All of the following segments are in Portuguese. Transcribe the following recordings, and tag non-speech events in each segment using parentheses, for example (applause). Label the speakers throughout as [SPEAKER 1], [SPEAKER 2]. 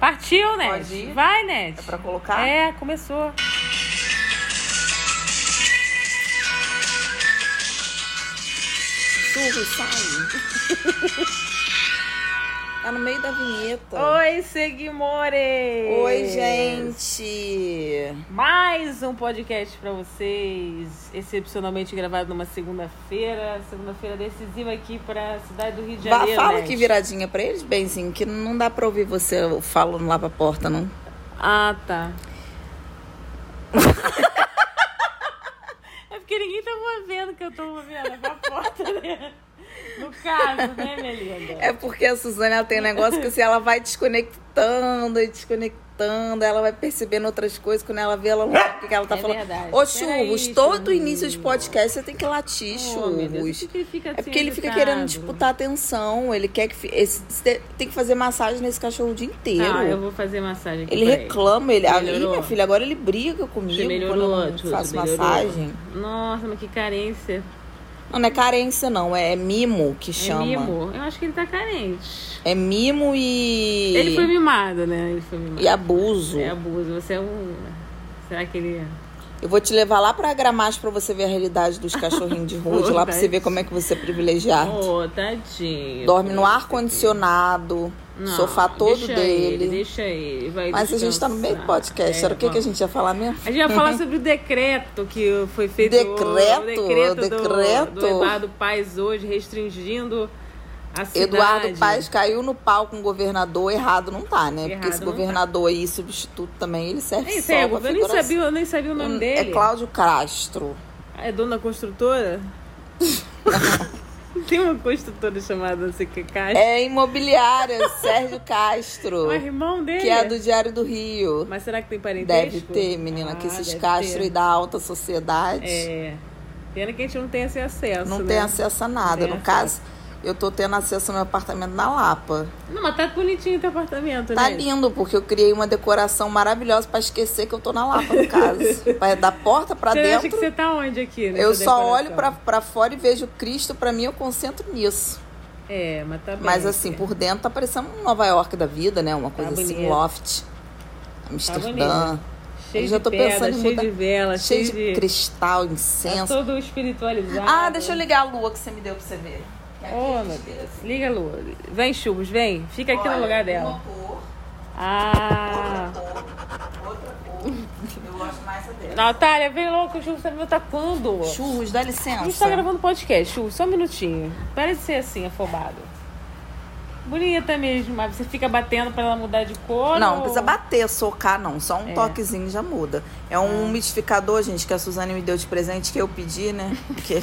[SPEAKER 1] Partiu, Net.
[SPEAKER 2] Pode ir?
[SPEAKER 1] Vai, Net.
[SPEAKER 2] É pra colocar?
[SPEAKER 1] É, começou.
[SPEAKER 2] Surro, sai. (laughs) tá no meio da vinheta.
[SPEAKER 1] Oi, Seguimores!
[SPEAKER 2] Oi, gente.
[SPEAKER 1] Mais um podcast pra vocês, excepcionalmente gravado numa segunda-feira, segunda-feira decisiva aqui pra cidade do Rio de
[SPEAKER 2] Vá-
[SPEAKER 1] Janeiro.
[SPEAKER 2] fala
[SPEAKER 1] Net.
[SPEAKER 2] que viradinha pra eles, Benzinho, que não dá pra ouvir você falando lá pra porta, não.
[SPEAKER 1] Ah,
[SPEAKER 2] (laughs)
[SPEAKER 1] tá. é porque ninguém tá movendo que eu tô movendo, é pra porta, né? No caso, né, minha linda?
[SPEAKER 2] É porque a Suzana ela tem um negócio que assim, ela vai desconectando e desconectando, ela vai percebendo outras coisas, quando ela vê, ela não sabe o que que ela tá
[SPEAKER 1] É
[SPEAKER 2] falando.
[SPEAKER 1] verdade.
[SPEAKER 2] Ô,
[SPEAKER 1] Peraí,
[SPEAKER 2] churros, todo
[SPEAKER 1] Churros.
[SPEAKER 2] início de podcast você tem que latir,
[SPEAKER 1] Oh, meu Deus,
[SPEAKER 2] churros.
[SPEAKER 1] por que que ele fica
[SPEAKER 2] É porque ele fica
[SPEAKER 1] assim,
[SPEAKER 2] querendo
[SPEAKER 1] irritado?
[SPEAKER 2] tipo, disputar atenção, ele quer que. fi- esse- esse- tem que fazer massagem nesse cachorro o dia inteiro.
[SPEAKER 1] Ah, eu vou fazer massagem aqui.
[SPEAKER 2] Ele
[SPEAKER 1] peraí.
[SPEAKER 2] reclama, ele. Ah, Ih,
[SPEAKER 1] Melhorou?
[SPEAKER 2] minha filha, agora ele briga comigo
[SPEAKER 1] Você melhorou,
[SPEAKER 2] quando eu não
[SPEAKER 1] Júlio,
[SPEAKER 2] faço
[SPEAKER 1] você melhorou.
[SPEAKER 2] massagem.
[SPEAKER 1] Nossa, mas que carência.
[SPEAKER 2] Não, não é carência, não, é mimo que chama.
[SPEAKER 1] É mimo. Eu acho que ele tá carente.
[SPEAKER 2] É mimo e.
[SPEAKER 1] Ele foi mimado, né? Ele foi mimado.
[SPEAKER 2] E abuso.
[SPEAKER 1] É abuso. Você é um. Será que ele. é?
[SPEAKER 2] Eu vou te levar lá pra Gramagem pra você ver a realidade dos
[SPEAKER 1] (laughs)
[SPEAKER 2] cachorrinhos de rua, de lá pra você ver como é que você é privilegiado.
[SPEAKER 1] Oh, tadinho.
[SPEAKER 2] Dorme no ar-condicionado,
[SPEAKER 1] Não,
[SPEAKER 2] sofá todo
[SPEAKER 1] deixa
[SPEAKER 2] dele.
[SPEAKER 1] Ele, deixa ele. Vai
[SPEAKER 2] Mas a gente tá no meio do
[SPEAKER 1] descansar.
[SPEAKER 2] podcast,
[SPEAKER 1] É,
[SPEAKER 2] era o que, que a
[SPEAKER 1] vamos.
[SPEAKER 2] gente ia falar mesmo?
[SPEAKER 1] A gente vai
[SPEAKER 2] (laughs)
[SPEAKER 1] falar sobre o decreto que foi feito.
[SPEAKER 2] Decreto?
[SPEAKER 1] o decreto, do-
[SPEAKER 2] Decreto?
[SPEAKER 1] Do, Eduardo Paes hoje, restringindo a cidade.
[SPEAKER 2] Eduardo Paes caiu no pau com o governador, errado não tá, né? Porque
[SPEAKER 1] Errado
[SPEAKER 2] esse
[SPEAKER 1] não tá.
[SPEAKER 2] governador aí, substituto também, ele serve
[SPEAKER 1] É isso
[SPEAKER 2] só
[SPEAKER 1] aí,
[SPEAKER 2] pra
[SPEAKER 1] eu nem
[SPEAKER 2] figuração.
[SPEAKER 1] sabia, eu nem sabia o nome dele.
[SPEAKER 2] É Cláudio Castro.
[SPEAKER 1] Ah, É dona
[SPEAKER 2] (laughs)
[SPEAKER 1] construtora? Tem uma construtora chamada CQK. (laughs)
[SPEAKER 2] É imobiliária, Sérgio Castro,
[SPEAKER 1] o irmão dele?
[SPEAKER 2] que é do Diário do Rio.
[SPEAKER 1] Mas será que tem parentesco?
[SPEAKER 2] Deve ter, menina, que
[SPEAKER 1] Ah,
[SPEAKER 2] esses
[SPEAKER 1] deve
[SPEAKER 2] Castro
[SPEAKER 1] ter.
[SPEAKER 2] e da alta sociedade
[SPEAKER 1] É. Pena que a gente não tem esse acesso.
[SPEAKER 2] não
[SPEAKER 1] né? É.
[SPEAKER 2] tem acesso a nada.
[SPEAKER 1] Tem
[SPEAKER 2] no
[SPEAKER 1] acesso.
[SPEAKER 2] caso, eu tô tendo acesso ao meu apartamento na Lapa.
[SPEAKER 1] Não, mas tá bonitinho teu apartamento,
[SPEAKER 2] Tá
[SPEAKER 1] né?
[SPEAKER 2] lindo, porque eu criei uma decoração maravilhosa pra esquecer que eu tô na Lapa,
[SPEAKER 1] (laughs)
[SPEAKER 2] no caso. Pra- da porta pra
[SPEAKER 1] Você acha
[SPEAKER 2] dentro.
[SPEAKER 1] que você tá onde aqui? nessa
[SPEAKER 2] Eu só
[SPEAKER 1] decoração?
[SPEAKER 2] olho pra, pra fora e vejo Cristo, pra mim eu concentro nisso.
[SPEAKER 1] É, mas tá bem.
[SPEAKER 2] Mas assim, por dentro tá parecendo um Nova York da vida, né? Uma coisa assim,
[SPEAKER 1] Tá bonito. Tá
[SPEAKER 2] loft. Amsterdã.
[SPEAKER 1] Cheio
[SPEAKER 2] eu já
[SPEAKER 1] de
[SPEAKER 2] tô
[SPEAKER 1] pedra,
[SPEAKER 2] pensando em
[SPEAKER 1] cheio
[SPEAKER 2] mudar-
[SPEAKER 1] de vela,
[SPEAKER 2] cheio de cristal,
[SPEAKER 1] é Tá
[SPEAKER 2] incenso.
[SPEAKER 1] todo espiritualizado.
[SPEAKER 2] Ah, deixa eu ligar a lua que você me deu pra você ver. Que aqui
[SPEAKER 1] Ô,
[SPEAKER 2] a
[SPEAKER 1] meu
[SPEAKER 2] gente vê
[SPEAKER 1] Deus.
[SPEAKER 2] assim.
[SPEAKER 1] Liga, Lu. Vem, Chubos, vem. Fica aqui
[SPEAKER 2] Olha,
[SPEAKER 1] no um lugar dela.
[SPEAKER 2] Uma cor,
[SPEAKER 1] Ah.
[SPEAKER 2] outra cor. Eu gosto mais dela.
[SPEAKER 1] Natália, vem logo, o Chubos tá me atacando.
[SPEAKER 2] Churros, dá
[SPEAKER 1] A
[SPEAKER 2] licença.
[SPEAKER 1] gente tá gravando podcast, Chubos, só um minutinho. Parece ser assim, afobado. Bonita mesmo, mas você fica batendo pra ela mudar de cor.
[SPEAKER 2] Não,
[SPEAKER 1] ou-
[SPEAKER 2] não precisa bater, socar, não. Só
[SPEAKER 1] É.
[SPEAKER 2] um toquezinho já muda. É um umidificador, gente, que a Suzane me deu de presente, que eu pedi, né?
[SPEAKER 1] (laughs)
[SPEAKER 2] Porque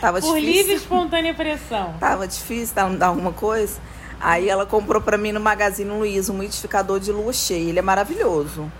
[SPEAKER 2] tava
[SPEAKER 1] Por
[SPEAKER 2] difícil.
[SPEAKER 1] livre e espontânea pressão.
[SPEAKER 2] Tava difícil, tava me dando alguma coisa. Aí ela comprou pra mim no Magazine Luiza um umidificador de lua cheia. Ele é maravilhoso.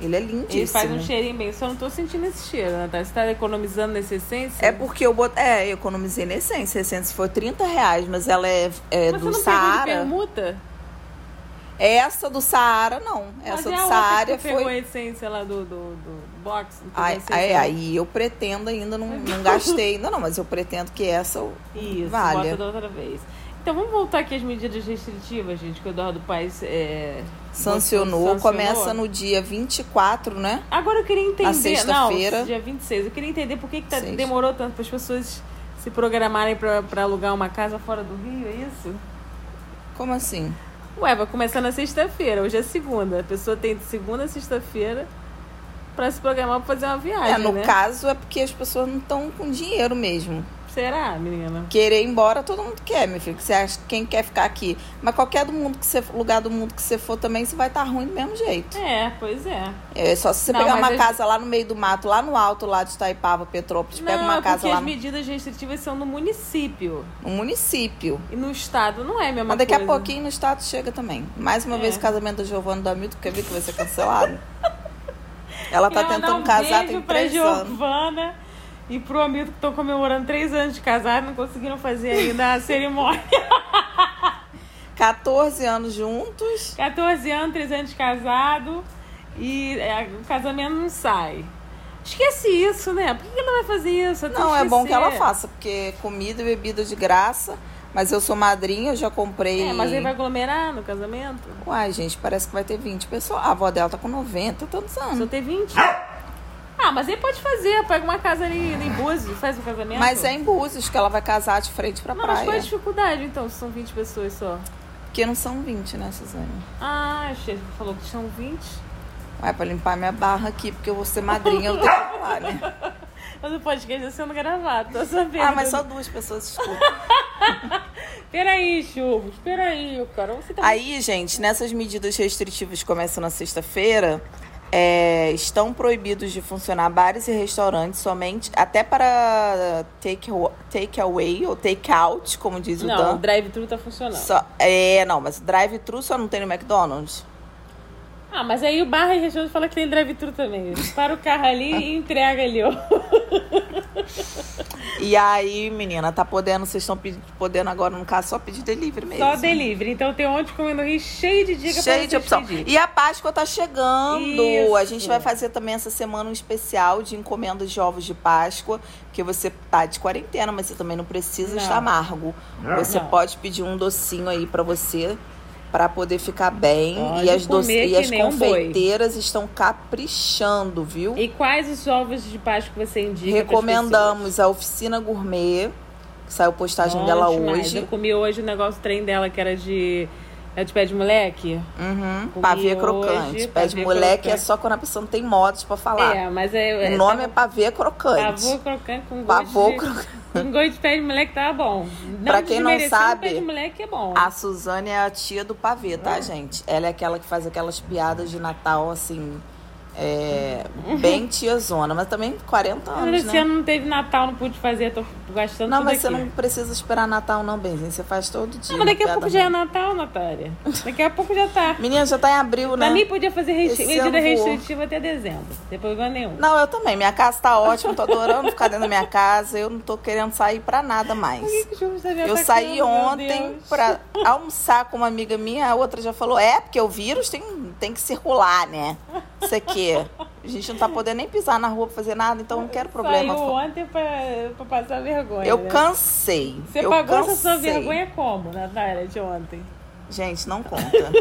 [SPEAKER 2] Ele é lindíssimo.
[SPEAKER 1] Ele faz um cheirinho bem. Eu só não tô sentindo esse cheiro, Natália. Você tá economizando nessa essência?
[SPEAKER 2] É porque eu botei. É, eu economizei na essência. A essência foi 30 reais, mas ela é, é
[SPEAKER 1] Mas
[SPEAKER 2] do
[SPEAKER 1] você não pegou de
[SPEAKER 2] Saara.
[SPEAKER 1] permuta?
[SPEAKER 2] Essa do Saara, não.
[SPEAKER 1] Mas
[SPEAKER 2] Essa
[SPEAKER 1] é
[SPEAKER 2] do
[SPEAKER 1] a outra
[SPEAKER 2] Saara
[SPEAKER 1] que você pegou
[SPEAKER 2] foi.
[SPEAKER 1] a essência lá do, do, do box. não pegou a
[SPEAKER 2] Ai,
[SPEAKER 1] essência,
[SPEAKER 2] ai,
[SPEAKER 1] não?
[SPEAKER 2] aí eu pretendo ainda, não, não gastei ainda, não, mas eu pretendo que essa eu
[SPEAKER 1] Isso,
[SPEAKER 2] valha.
[SPEAKER 1] bota da outra vez. Então vamos voltar aqui às medidas restritivas, gente, que o Eduardo Paes é,
[SPEAKER 2] sancionou.
[SPEAKER 1] sancionou.
[SPEAKER 2] Começa no dia 24, né?
[SPEAKER 1] Agora eu queria entender.
[SPEAKER 2] Na sexta-feira.
[SPEAKER 1] Não, dia 26. Eu queria entender por que, que tá-
[SPEAKER 2] Sexta.
[SPEAKER 1] demorou tanto para as pessoas se programarem pra pra alugar uma casa fora do Rio, é isso?
[SPEAKER 2] Como assim?
[SPEAKER 1] Ué, vai começar na sexta-feira, hoje é segunda. A pessoa tem de segunda a sexta-feira pra se programar pra fazer uma viagem.
[SPEAKER 2] é, no
[SPEAKER 1] né?
[SPEAKER 2] caso é porque as pessoas não estão com dinheiro mesmo.
[SPEAKER 1] Será, menina?
[SPEAKER 2] Querer ir embora, todo mundo quer, meu filho. que Você acha que quem quer ficar aqui. Mas qualquer do mundo que você, lugar do mundo que você for também, você vai estar ruim do mesmo jeito.
[SPEAKER 1] É, pois é.
[SPEAKER 2] É só se você
[SPEAKER 1] Não,
[SPEAKER 2] pegar
[SPEAKER 1] mas
[SPEAKER 2] uma
[SPEAKER 1] eu-
[SPEAKER 2] casa lá no meio do mato, lá no alto, lá de Itaipava, Petrópolis, pega
[SPEAKER 1] não,
[SPEAKER 2] uma
[SPEAKER 1] é
[SPEAKER 2] casa
[SPEAKER 1] porque
[SPEAKER 2] lá
[SPEAKER 1] as
[SPEAKER 2] no-
[SPEAKER 1] medidas restritivas são no município.
[SPEAKER 2] no município.
[SPEAKER 1] E no estado não é a mesma
[SPEAKER 2] Mas daqui a
[SPEAKER 1] coisa.
[SPEAKER 2] pouquinho no estado chega também. Mais uma
[SPEAKER 1] É.
[SPEAKER 2] vez o casamento da Giovanna do Hamilton, quer ver que vai ser cancelado? Ela tá
[SPEAKER 1] Queria mandar
[SPEAKER 2] tentando
[SPEAKER 1] um
[SPEAKER 2] casar
[SPEAKER 1] beijo
[SPEAKER 2] tem
[SPEAKER 1] pra
[SPEAKER 2] três anos.
[SPEAKER 1] Giovana e pro Hamilton que estão comemorando três anos de casado não conseguiram fazer ainda a cerimônia.
[SPEAKER 2] (laughs) 14 anos juntos.
[SPEAKER 1] 14 anos, três anos de casado e é, o casamento não sai. Esquece isso, né? Por que que ela vai fazer isso?
[SPEAKER 2] Não, é bom que ela
[SPEAKER 1] faça.
[SPEAKER 2] faça, porque comida e bebida de graça. Mas eu sou madrinha, eu já comprei.
[SPEAKER 1] É, mas ele vai aglomerar no casamento?
[SPEAKER 2] Uai, gente, parece que vai ter 20 pessoas. A avó dela tá com 90 e tantos
[SPEAKER 1] Só
[SPEAKER 2] anos.
[SPEAKER 1] ter 20? Ah, mas ele pode fazer. Pega uma casa ali em Búzios, faz um casamento.
[SPEAKER 2] Mas é em Búzios que ela vai casar de frente pra
[SPEAKER 1] Não, mas
[SPEAKER 2] praia.
[SPEAKER 1] qual é a dificuldade, então, se são 20 pessoas só?
[SPEAKER 2] Porque não são 20, né, Suzane?
[SPEAKER 1] Ah, achei que falou que são 20.
[SPEAKER 2] Uai, pra limpar minha barra aqui, porque eu vou ser madrinha, eu tenho que falar, né?
[SPEAKER 1] (laughs) Mas o podcast está sendo gravado, tô sabendo.
[SPEAKER 2] Ah, mas só duas pessoas escutam.
[SPEAKER 1] Peraí, Churro, peraí, cara. Você tá...
[SPEAKER 2] Aí, gente, nessas medidas restritivas que começam na sexta-feira, é, estão proibidos de funcionar bares e restaurantes somente até para take, take away ou take out, como diz o
[SPEAKER 1] Não, o
[SPEAKER 2] Dan.
[SPEAKER 1] drive-thru tá funcionando.
[SPEAKER 2] Só- é, não, mas drive-thru só não tem no McDonald's.
[SPEAKER 1] Ah, mas aí o barra e restaurante fala que tem drive-thru também. Para o carro ali
[SPEAKER 2] Ah.
[SPEAKER 1] e entrega
[SPEAKER 2] (laughs)
[SPEAKER 1] ali, ó.
[SPEAKER 2] E aí, menina, tá podendo, vocês estão pedi- podendo agora, no caso, só pedir delivery mesmo.
[SPEAKER 1] Só delivery. Então tem onde comer no Rio cheio de dica pra
[SPEAKER 2] Cheio de
[SPEAKER 1] vocês
[SPEAKER 2] opção.
[SPEAKER 1] pedirem.
[SPEAKER 2] E a Páscoa tá chegando. A
[SPEAKER 1] Isso.
[SPEAKER 2] gente vai fazer também essa semana um especial de encomendas de ovos de Páscoa. Que você tá de quarentena, mas você também não precisa
[SPEAKER 1] Não.
[SPEAKER 2] estar amargo. Você
[SPEAKER 1] Não.
[SPEAKER 2] pode pedir um docinho aí pra você. Pra poder ficar bem.
[SPEAKER 1] Pode
[SPEAKER 2] e as,
[SPEAKER 1] comer
[SPEAKER 2] doce... e
[SPEAKER 1] que
[SPEAKER 2] as
[SPEAKER 1] nem um boi.
[SPEAKER 2] confeiteiras estão caprichando, viu?
[SPEAKER 1] E quais os ovos de Páscoa você indica? pras
[SPEAKER 2] Recomendamos a Oficina Gourmet. Que
[SPEAKER 1] pessoas?
[SPEAKER 2] saiu postagem
[SPEAKER 1] Bom
[SPEAKER 2] dela
[SPEAKER 1] demais.
[SPEAKER 2] hoje.
[SPEAKER 1] Eu comi hoje o negócio o trem dela que era de. É de pé de moleque?
[SPEAKER 2] Uhum.
[SPEAKER 1] Comi
[SPEAKER 2] Pavê
[SPEAKER 1] hoje,
[SPEAKER 2] crocante. Pé de
[SPEAKER 1] pavê
[SPEAKER 2] moleque é
[SPEAKER 1] crocante.
[SPEAKER 2] só quando a pessoa não tem modos pra falar.
[SPEAKER 1] É, mas é.
[SPEAKER 2] O nome é pavê crocante.
[SPEAKER 1] Pavô crocante com gosto.
[SPEAKER 2] Pavô
[SPEAKER 1] de...
[SPEAKER 2] crocante.
[SPEAKER 1] Com gosto Um de pé de moleque tava bom. Não
[SPEAKER 2] Pra quem não
[SPEAKER 1] desmerecendo, um
[SPEAKER 2] sabe,
[SPEAKER 1] pé de moleque é bom.
[SPEAKER 2] A Suzane é a tia do pavê, tá,
[SPEAKER 1] Hum?
[SPEAKER 2] gente? Ela é aquela que faz aquelas piadas de Natal, assim, é, bem tiazona. Mas também 40
[SPEAKER 1] Mas
[SPEAKER 2] anos,
[SPEAKER 1] Esse
[SPEAKER 2] né?
[SPEAKER 1] ano não teve Natal, não pude fazer, tô gastando
[SPEAKER 2] Não,
[SPEAKER 1] tudo
[SPEAKER 2] mas você
[SPEAKER 1] aqui.
[SPEAKER 2] não precisa esperar Natal, não, Benzinho. Você faz todo dia.
[SPEAKER 1] Não, mas daqui a
[SPEAKER 2] uma
[SPEAKER 1] pouco
[SPEAKER 2] piada
[SPEAKER 1] já é
[SPEAKER 2] ruim.
[SPEAKER 1] Natal, Natália. Daqui a pouco já
[SPEAKER 2] (laughs)
[SPEAKER 1] tá.
[SPEAKER 2] Menina, já tá em abril, né?
[SPEAKER 1] Também podia fazer restri...
[SPEAKER 2] Esse
[SPEAKER 1] medida
[SPEAKER 2] ano voou.
[SPEAKER 1] restritiva até dezembro. Sem problema nenhum.
[SPEAKER 2] Não, eu também. Minha casa tá ótima, tô adorando ficar dentro da minha casa. Eu não tô querendo sair pra nada mais.
[SPEAKER 1] Por que que o Júlio está me
[SPEAKER 2] Eu
[SPEAKER 1] atacando,
[SPEAKER 2] saí
[SPEAKER 1] tá meu
[SPEAKER 2] ontem
[SPEAKER 1] Deus?
[SPEAKER 2] pra almoçar com uma amiga minha, a outra já falou: é, porque o vírus tem, tem que circular, né? Isso aqui. A gente não tá podendo nem pisar na rua pra fazer nada, então não quero problema.
[SPEAKER 1] Saiu ontem pra, pra passar vergonha.
[SPEAKER 2] Eu
[SPEAKER 1] né?
[SPEAKER 2] cansei.
[SPEAKER 1] Você
[SPEAKER 2] eu
[SPEAKER 1] pagou
[SPEAKER 2] cansei.
[SPEAKER 1] essa sua vergonha como, Natália, de ontem?
[SPEAKER 2] Gente, não conta.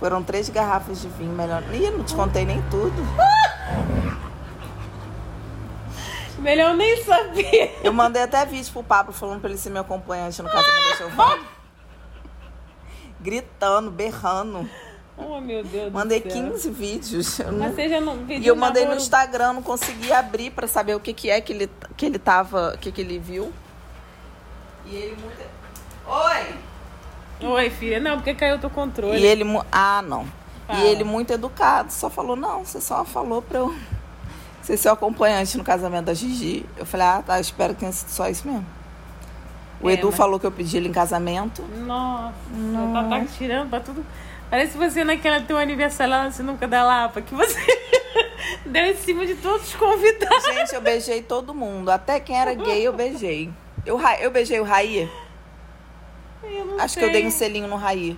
[SPEAKER 2] Foram três garrafas de vinho, melhor. Ih, não te contei nem tudo.
[SPEAKER 1] Melhor nem saber. (laughs)
[SPEAKER 2] Eu mandei até vídeo pro Pablo falando pra ele ser meu acompanhante no casamento
[SPEAKER 1] (laughs)
[SPEAKER 2] da Giovana. Gritando, berrando.
[SPEAKER 1] Oh, meu Deus do
[SPEAKER 2] Mandei
[SPEAKER 1] céu.
[SPEAKER 2] 15 vídeos. Eu não
[SPEAKER 1] Mas você já não (laughs) pediu
[SPEAKER 2] E eu mandei no
[SPEAKER 1] namoro?
[SPEAKER 2] Instagram, não consegui abrir pra saber o que que é que ele, que ele tava, o que que ele viu. E ele muda... Oi!
[SPEAKER 1] Oi, filha. Não, porque caiu teu controle.
[SPEAKER 2] E ele... mu- Ah, não.
[SPEAKER 1] Fala.
[SPEAKER 2] E ele muito educado, só falou, não, você só falou pra eu (laughs) ser seu acompanhante no casamento da Gigi. Eu falei, ah, tá, espero que tenha sido só isso mesmo. O
[SPEAKER 1] É,
[SPEAKER 2] Edu
[SPEAKER 1] mas-
[SPEAKER 2] falou que eu pedi ele em casamento.
[SPEAKER 1] Nossa, tá, tá tirando pra tudo. Parece você naquela teu aniversário lá no Sinuca da Lapa, que você (laughs) deu em cima de todos os convidados.
[SPEAKER 2] Gente, eu beijei todo mundo. Até quem era gay, eu beijei. Eu, ra- eu beijei o Raí.
[SPEAKER 1] Eu não
[SPEAKER 2] Acho que
[SPEAKER 1] sei.
[SPEAKER 2] eu dei um selinho no Raí.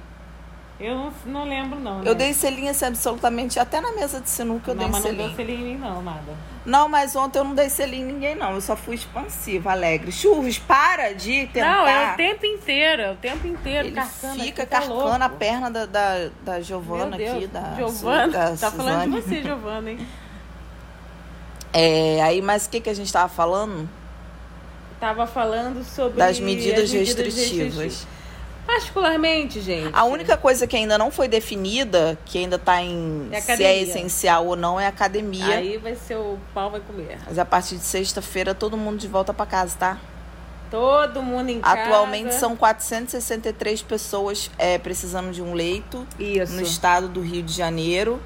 [SPEAKER 1] Eu não, não lembro, não.
[SPEAKER 2] Eu
[SPEAKER 1] né?
[SPEAKER 2] dei selinho assim, absolutamente. Até na mesa de sinuca eu
[SPEAKER 1] não,
[SPEAKER 2] dei
[SPEAKER 1] mas
[SPEAKER 2] selinho.
[SPEAKER 1] não deu selinho em mim, não, nada.
[SPEAKER 2] Não, mas ontem eu não dei selinho em ninguém, não. Eu só fui expansiva, alegre. Churros, para de tentar.
[SPEAKER 1] Não, é o tempo inteiro, é o tempo inteiro.
[SPEAKER 2] Ele
[SPEAKER 1] carcando
[SPEAKER 2] fica
[SPEAKER 1] aqui, tá
[SPEAKER 2] carcando a
[SPEAKER 1] louco.
[SPEAKER 2] perna da, da, da
[SPEAKER 1] Meu
[SPEAKER 2] Giovana
[SPEAKER 1] Deus,
[SPEAKER 2] aqui, da,
[SPEAKER 1] Giovana.
[SPEAKER 2] da
[SPEAKER 1] tá falando de
[SPEAKER 2] Suzane.
[SPEAKER 1] você, Giovana,
[SPEAKER 2] (laughs)
[SPEAKER 1] hein?
[SPEAKER 2] É, aí, mas o que, que a gente tava falando?
[SPEAKER 1] Tava falando sobre
[SPEAKER 2] Das medidas,
[SPEAKER 1] as
[SPEAKER 2] restritivas.
[SPEAKER 1] Particularmente, gente.
[SPEAKER 2] A única coisa que ainda não foi definida, que ainda tá em
[SPEAKER 1] É
[SPEAKER 2] se é
[SPEAKER 1] academia.
[SPEAKER 2] essencial ou não, é a academia.
[SPEAKER 1] Aí vai ser o pau vai comer.
[SPEAKER 2] Mas a partir de sexta-feira, todo mundo de volta pra casa, tá?
[SPEAKER 1] Todo mundo em casa.
[SPEAKER 2] Atualmente são 463 pessoas é, precisando de um leito
[SPEAKER 1] Isso.
[SPEAKER 2] no estado do Rio de Janeiro.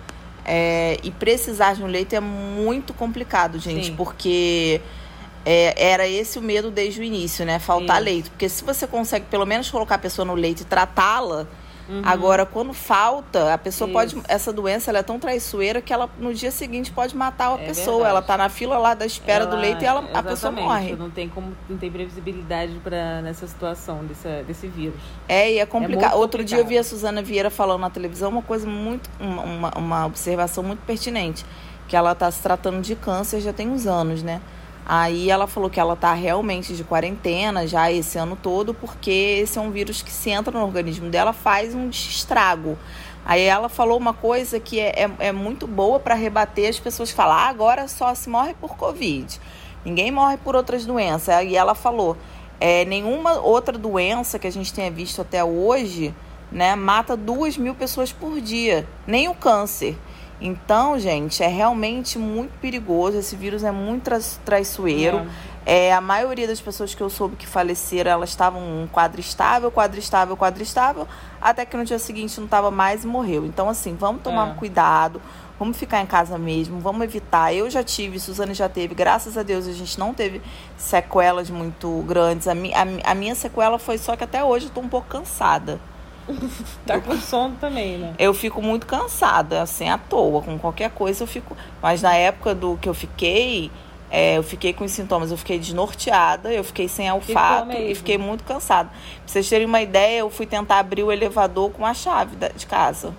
[SPEAKER 2] É, e precisar de um leito é muito complicado, gente,
[SPEAKER 1] Sim.
[SPEAKER 2] porque é, era esse o medo desde o início, né? Faltar
[SPEAKER 1] Isso.
[SPEAKER 2] leito. Porque se você consegue pelo menos colocar a pessoa no leito e tratá-la,
[SPEAKER 1] Uhum.
[SPEAKER 2] agora quando falta, a pessoa pode.
[SPEAKER 1] Isso.
[SPEAKER 2] Essa doença ela é tão traiçoeira que ela no dia seguinte pode matar a
[SPEAKER 1] É
[SPEAKER 2] pessoa.
[SPEAKER 1] verdade.
[SPEAKER 2] Ela tá na fila lá da espera do
[SPEAKER 1] Ela-
[SPEAKER 2] leito e ela, a pessoa
[SPEAKER 1] exatamente,
[SPEAKER 2] morre.
[SPEAKER 1] Não tem como, não tem previsibilidade para nessa situação dessa, desse vírus.
[SPEAKER 2] É, e é
[SPEAKER 1] É
[SPEAKER 2] complicado.
[SPEAKER 1] muito
[SPEAKER 2] Outro dia eu
[SPEAKER 1] complicado.
[SPEAKER 2] vi a Suzana Vieira falando na televisão uma coisa muito. Uma, uma, uma observação muito pertinente. Que ela tá se tratando de câncer já tem uns anos, né? Aí ela falou que ela tá realmente de quarentena já esse ano todo, porque esse é um vírus que se entra no organismo dela, faz um estrago. Aí ela falou uma coisa que é, é, é muito boa para rebater as pessoas falar ah, agora só se morre por Covid. Ninguém morre por outras doenças. Aí ela falou, é, nenhuma outra doença que a gente tenha visto até hoje, né, mata duas mil pessoas por dia. Nem o câncer. Então, gente, é realmente muito perigoso. Esse vírus é muito tra traiçoeiro. É. é. a maioria das pessoas que eu soube que faleceram, elas estavam um quadro estável, quadro estável, quadro estável, até que no dia seguinte não estava mais e morreu. Então, assim, vamos tomar é. cuidado, vamos ficar em casa mesmo, vamos evitar. Eu já tive, Suzane já teve, graças a Deus a gente não teve sequelas muito grandes. A, mi a, a minha sequela foi só que até hoje eu estou um pouco cansada.
[SPEAKER 1] tá com sono também, né?
[SPEAKER 2] Eu fico muito cansada, assim, à toa. Com qualquer coisa eu fico. Mas na época do que eu fiquei, é, eu fiquei com os sintomas, eu fiquei desnorteada, eu fiquei sem olfato e fiquei muito cansada. Pra vocês terem uma ideia, eu fui tentar abrir o elevador com a chave da, de casa.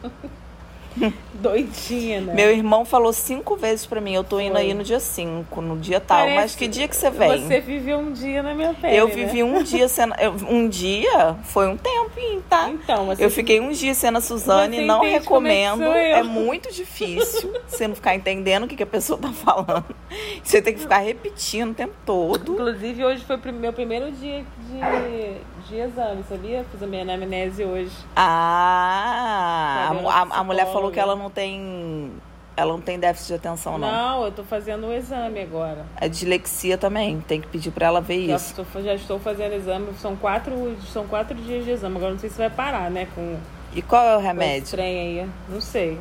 [SPEAKER 1] Doidinha, né?
[SPEAKER 2] Meu irmão falou cinco vezes para mim, eu tô indo É. Foi. aí no dia cinco, no dia tal. Parece mas que dia que você vem?
[SPEAKER 1] Você viveu um dia na minha pele.
[SPEAKER 2] Eu vivi né? um dia sendo. Um dia foi um tempinho, tá?
[SPEAKER 1] Então,
[SPEAKER 2] você Eu fiquei um dia sendo a Suzane, não recomendo. É, é muito difícil você não ficar entendendo o que, que a pessoa tá falando. (laughs) Você tem que ficar repetindo o tempo todo.
[SPEAKER 1] Inclusive, hoje foi o meu primeiro dia de, de exame, sabia? Fiz a minha anamnese hoje.
[SPEAKER 2] Ah! A, a, a mulher falou que ela não tem. Ela não tem déficit de atenção, não.
[SPEAKER 1] Não, eu tô fazendo o um exame agora.
[SPEAKER 2] A dislexia também, tem que pedir pra ela ver
[SPEAKER 1] já
[SPEAKER 2] isso.
[SPEAKER 1] Estou, já estou fazendo exame, são quatro, são quatro dias de exame. Agora não sei se vai parar, né? Com,
[SPEAKER 2] e qual é o remédio?
[SPEAKER 1] Trem aí, não sei.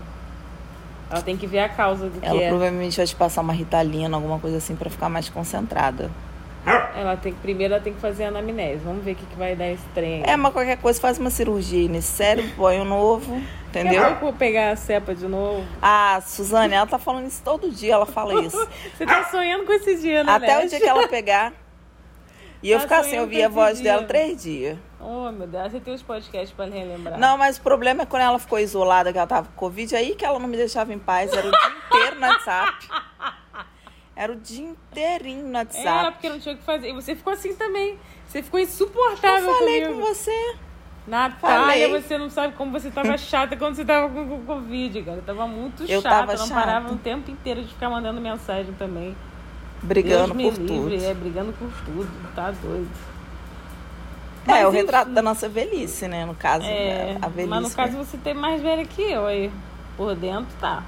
[SPEAKER 1] Ela tem que ver a causa do
[SPEAKER 2] Ela
[SPEAKER 1] que é.
[SPEAKER 2] provavelmente vai te passar uma ritalina, alguma coisa assim, pra ficar mais concentrada.
[SPEAKER 1] Ela tem que, primeiro ela tem que fazer a anamnese. Vamos ver o que, que vai dar esse trem.
[SPEAKER 2] É, mas qualquer coisa faz uma cirurgia nesse cérebro, põe um novo, entendeu?
[SPEAKER 1] Eu vou pegar a cepa de novo.
[SPEAKER 2] Ah, Suzane, ela tá falando isso todo dia, ela fala isso.
[SPEAKER 1] Você tá sonhando com esse dia, né?
[SPEAKER 2] Até
[SPEAKER 1] Leste?
[SPEAKER 2] o dia que ela pegar. E eu tá ficar assim, eu vi a voz dia. dela três dias.
[SPEAKER 1] Oh, meu Deus, você tem os podcasts pra relembrar.
[SPEAKER 2] Não, mas o problema é quando ela ficou isolada, que ela tava com Covid, aí que ela não me deixava em paz, era o dia inteiro no WhatsApp. Era o dia inteirinho no WhatsApp. Era
[SPEAKER 1] É, porque não tinha o que fazer. E você ficou assim também. Você ficou insuportável.
[SPEAKER 2] Eu falei
[SPEAKER 1] comigo.
[SPEAKER 2] com você.
[SPEAKER 1] Natália, falei. você não sabe como você tava
[SPEAKER 2] (laughs)
[SPEAKER 1] chata quando você tava com, com Covid, cara. Eu tava muito
[SPEAKER 2] eu
[SPEAKER 1] chata.
[SPEAKER 2] Tava
[SPEAKER 1] não
[SPEAKER 2] chata.
[SPEAKER 1] parava o um tempo inteiro de ficar mandando mensagem também. Deus
[SPEAKER 2] Brigando
[SPEAKER 1] me
[SPEAKER 2] por
[SPEAKER 1] livre,
[SPEAKER 2] tudo.
[SPEAKER 1] é, brigando por tudo. Tá doido.
[SPEAKER 2] é,
[SPEAKER 1] Mas,
[SPEAKER 2] o É, retrato
[SPEAKER 1] enfim,
[SPEAKER 2] da nossa velhice, né? No caso,
[SPEAKER 1] assim. é,
[SPEAKER 2] a velhice.
[SPEAKER 1] Mas no caso você tem mais velha que eu aí. Por dentro, tá.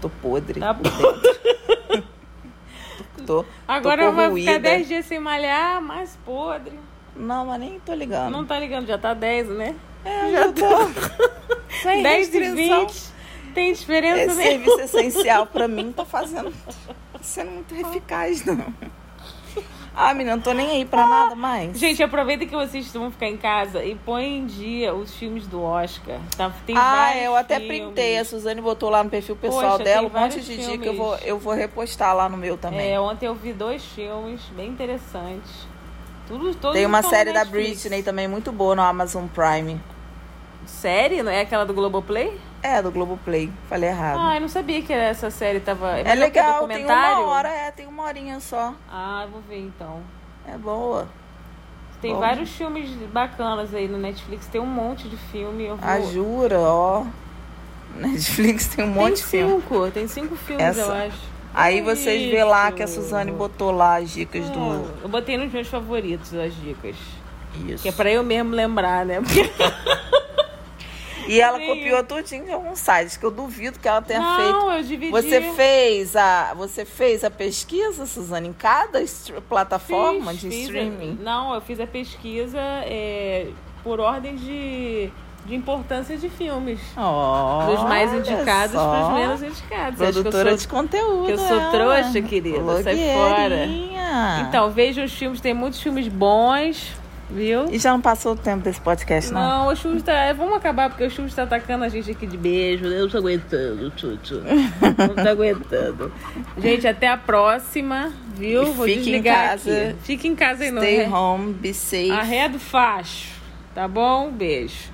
[SPEAKER 2] Tô podre.
[SPEAKER 1] Tá
[SPEAKER 2] por
[SPEAKER 1] bom.
[SPEAKER 2] dentro, Tô,
[SPEAKER 1] Agora
[SPEAKER 2] tô
[SPEAKER 1] vai
[SPEAKER 2] corroída.
[SPEAKER 1] ficar 10 dias sem malhar, mais podre.
[SPEAKER 2] Não, mas nem tô ligando.
[SPEAKER 1] Não tá ligando, já tá 10, né?
[SPEAKER 2] é, já tô. Sem
[SPEAKER 1] 10 e
[SPEAKER 2] restrição.
[SPEAKER 1] 20. Tem diferença
[SPEAKER 2] É
[SPEAKER 1] mesmo.
[SPEAKER 2] serviço essencial pra mim, tá fazendo. sendo
[SPEAKER 1] Ah.
[SPEAKER 2] muito eficaz, não. Ah, menina, não tô nem aí pra
[SPEAKER 1] Ah,
[SPEAKER 2] nada mais.
[SPEAKER 1] Gente, aproveita que vocês vão ficar em casa e põe em dia os filmes do Oscar. Tá? Tem
[SPEAKER 2] Ah,
[SPEAKER 1] vários
[SPEAKER 2] eu até
[SPEAKER 1] filmes.
[SPEAKER 2] printei. A Suzane botou lá no perfil pessoal
[SPEAKER 1] Poxa,
[SPEAKER 2] dela um
[SPEAKER 1] tem
[SPEAKER 2] monte
[SPEAKER 1] vários
[SPEAKER 2] de dica que eu
[SPEAKER 1] filmes.
[SPEAKER 2] vou, eu vou repostar lá no meu também.
[SPEAKER 1] É, ontem eu vi dois filmes bem interessantes. Tudo, todos
[SPEAKER 2] Tem uma
[SPEAKER 1] estão no
[SPEAKER 2] série da
[SPEAKER 1] Netflix.
[SPEAKER 2] Britney também muito boa no Amazon Prime.
[SPEAKER 1] Série? Não é aquela do Globoplay?
[SPEAKER 2] É, do Globoplay. Falei errado.
[SPEAKER 1] Ah, eu não sabia que era essa série tava.
[SPEAKER 2] é
[SPEAKER 1] melhor que
[SPEAKER 2] legal, tem
[SPEAKER 1] documentário?
[SPEAKER 2] uma hora, é, tem uma horinha só.
[SPEAKER 1] Ah, eu vou ver então.
[SPEAKER 2] É boa.
[SPEAKER 1] Tem
[SPEAKER 2] Bom.
[SPEAKER 1] vários filmes bacanas aí no Netflix, tem um monte de filme. Eu vou...
[SPEAKER 2] A Jura, ó. Netflix tem Ah, um monte
[SPEAKER 1] tem
[SPEAKER 2] de filme.
[SPEAKER 1] cinco, tem cinco filmes,
[SPEAKER 2] Essa-
[SPEAKER 1] eu acho.
[SPEAKER 2] Aí vocês vê lá que a
[SPEAKER 1] Isso.
[SPEAKER 2] Suzane botou lá as dicas do.
[SPEAKER 1] Ah, Eu botei nos meus favoritos as dicas.
[SPEAKER 2] Isso.
[SPEAKER 1] Que é pra eu mesmo lembrar, né? Porque
[SPEAKER 2] E ela
[SPEAKER 1] Nem-
[SPEAKER 2] copiou tudinho de alguns sites, que eu duvido que ela tenha
[SPEAKER 1] não,
[SPEAKER 2] é feito.
[SPEAKER 1] eu dividi.
[SPEAKER 2] Você fez a você fez a pesquisa, Suzana, em cada str- plataforma
[SPEAKER 1] Fiz,
[SPEAKER 2] de
[SPEAKER 1] fiz a-
[SPEAKER 2] streaming?
[SPEAKER 1] Não, eu fiz a pesquisa é, por ordem de, de importância de filmes.
[SPEAKER 2] Oh,
[SPEAKER 1] é. dos mais
[SPEAKER 2] olha
[SPEAKER 1] indicados
[SPEAKER 2] só.
[SPEAKER 1] pros menos indicados. Acho que eu
[SPEAKER 2] Produtora
[SPEAKER 1] sou-
[SPEAKER 2] de conteúdo.
[SPEAKER 1] que eu sou
[SPEAKER 2] ela.
[SPEAKER 1] trouxa, querida, sai fora.
[SPEAKER 2] Blogueirinha.
[SPEAKER 1] Então, vejam os filmes, tem muitos filmes bons, viu?
[SPEAKER 2] E já não passou o tempo desse podcast, não?
[SPEAKER 1] Não, o Chubs tá. Vamos acabar, porque o Chubs tá atacando a gente aqui de beijo. Eu não tô aguentando, Tutu. Não tô aguentando.
[SPEAKER 2] (laughs)
[SPEAKER 1] Gente, até a próxima, viu?
[SPEAKER 2] E
[SPEAKER 1] Vou
[SPEAKER 2] fique em
[SPEAKER 1] desligar
[SPEAKER 2] casa.
[SPEAKER 1] aqui. Fique em casa aí, não.
[SPEAKER 2] Stay
[SPEAKER 1] né?
[SPEAKER 2] home, be safe.
[SPEAKER 1] Arreia do facho. Tá bom? Beijo.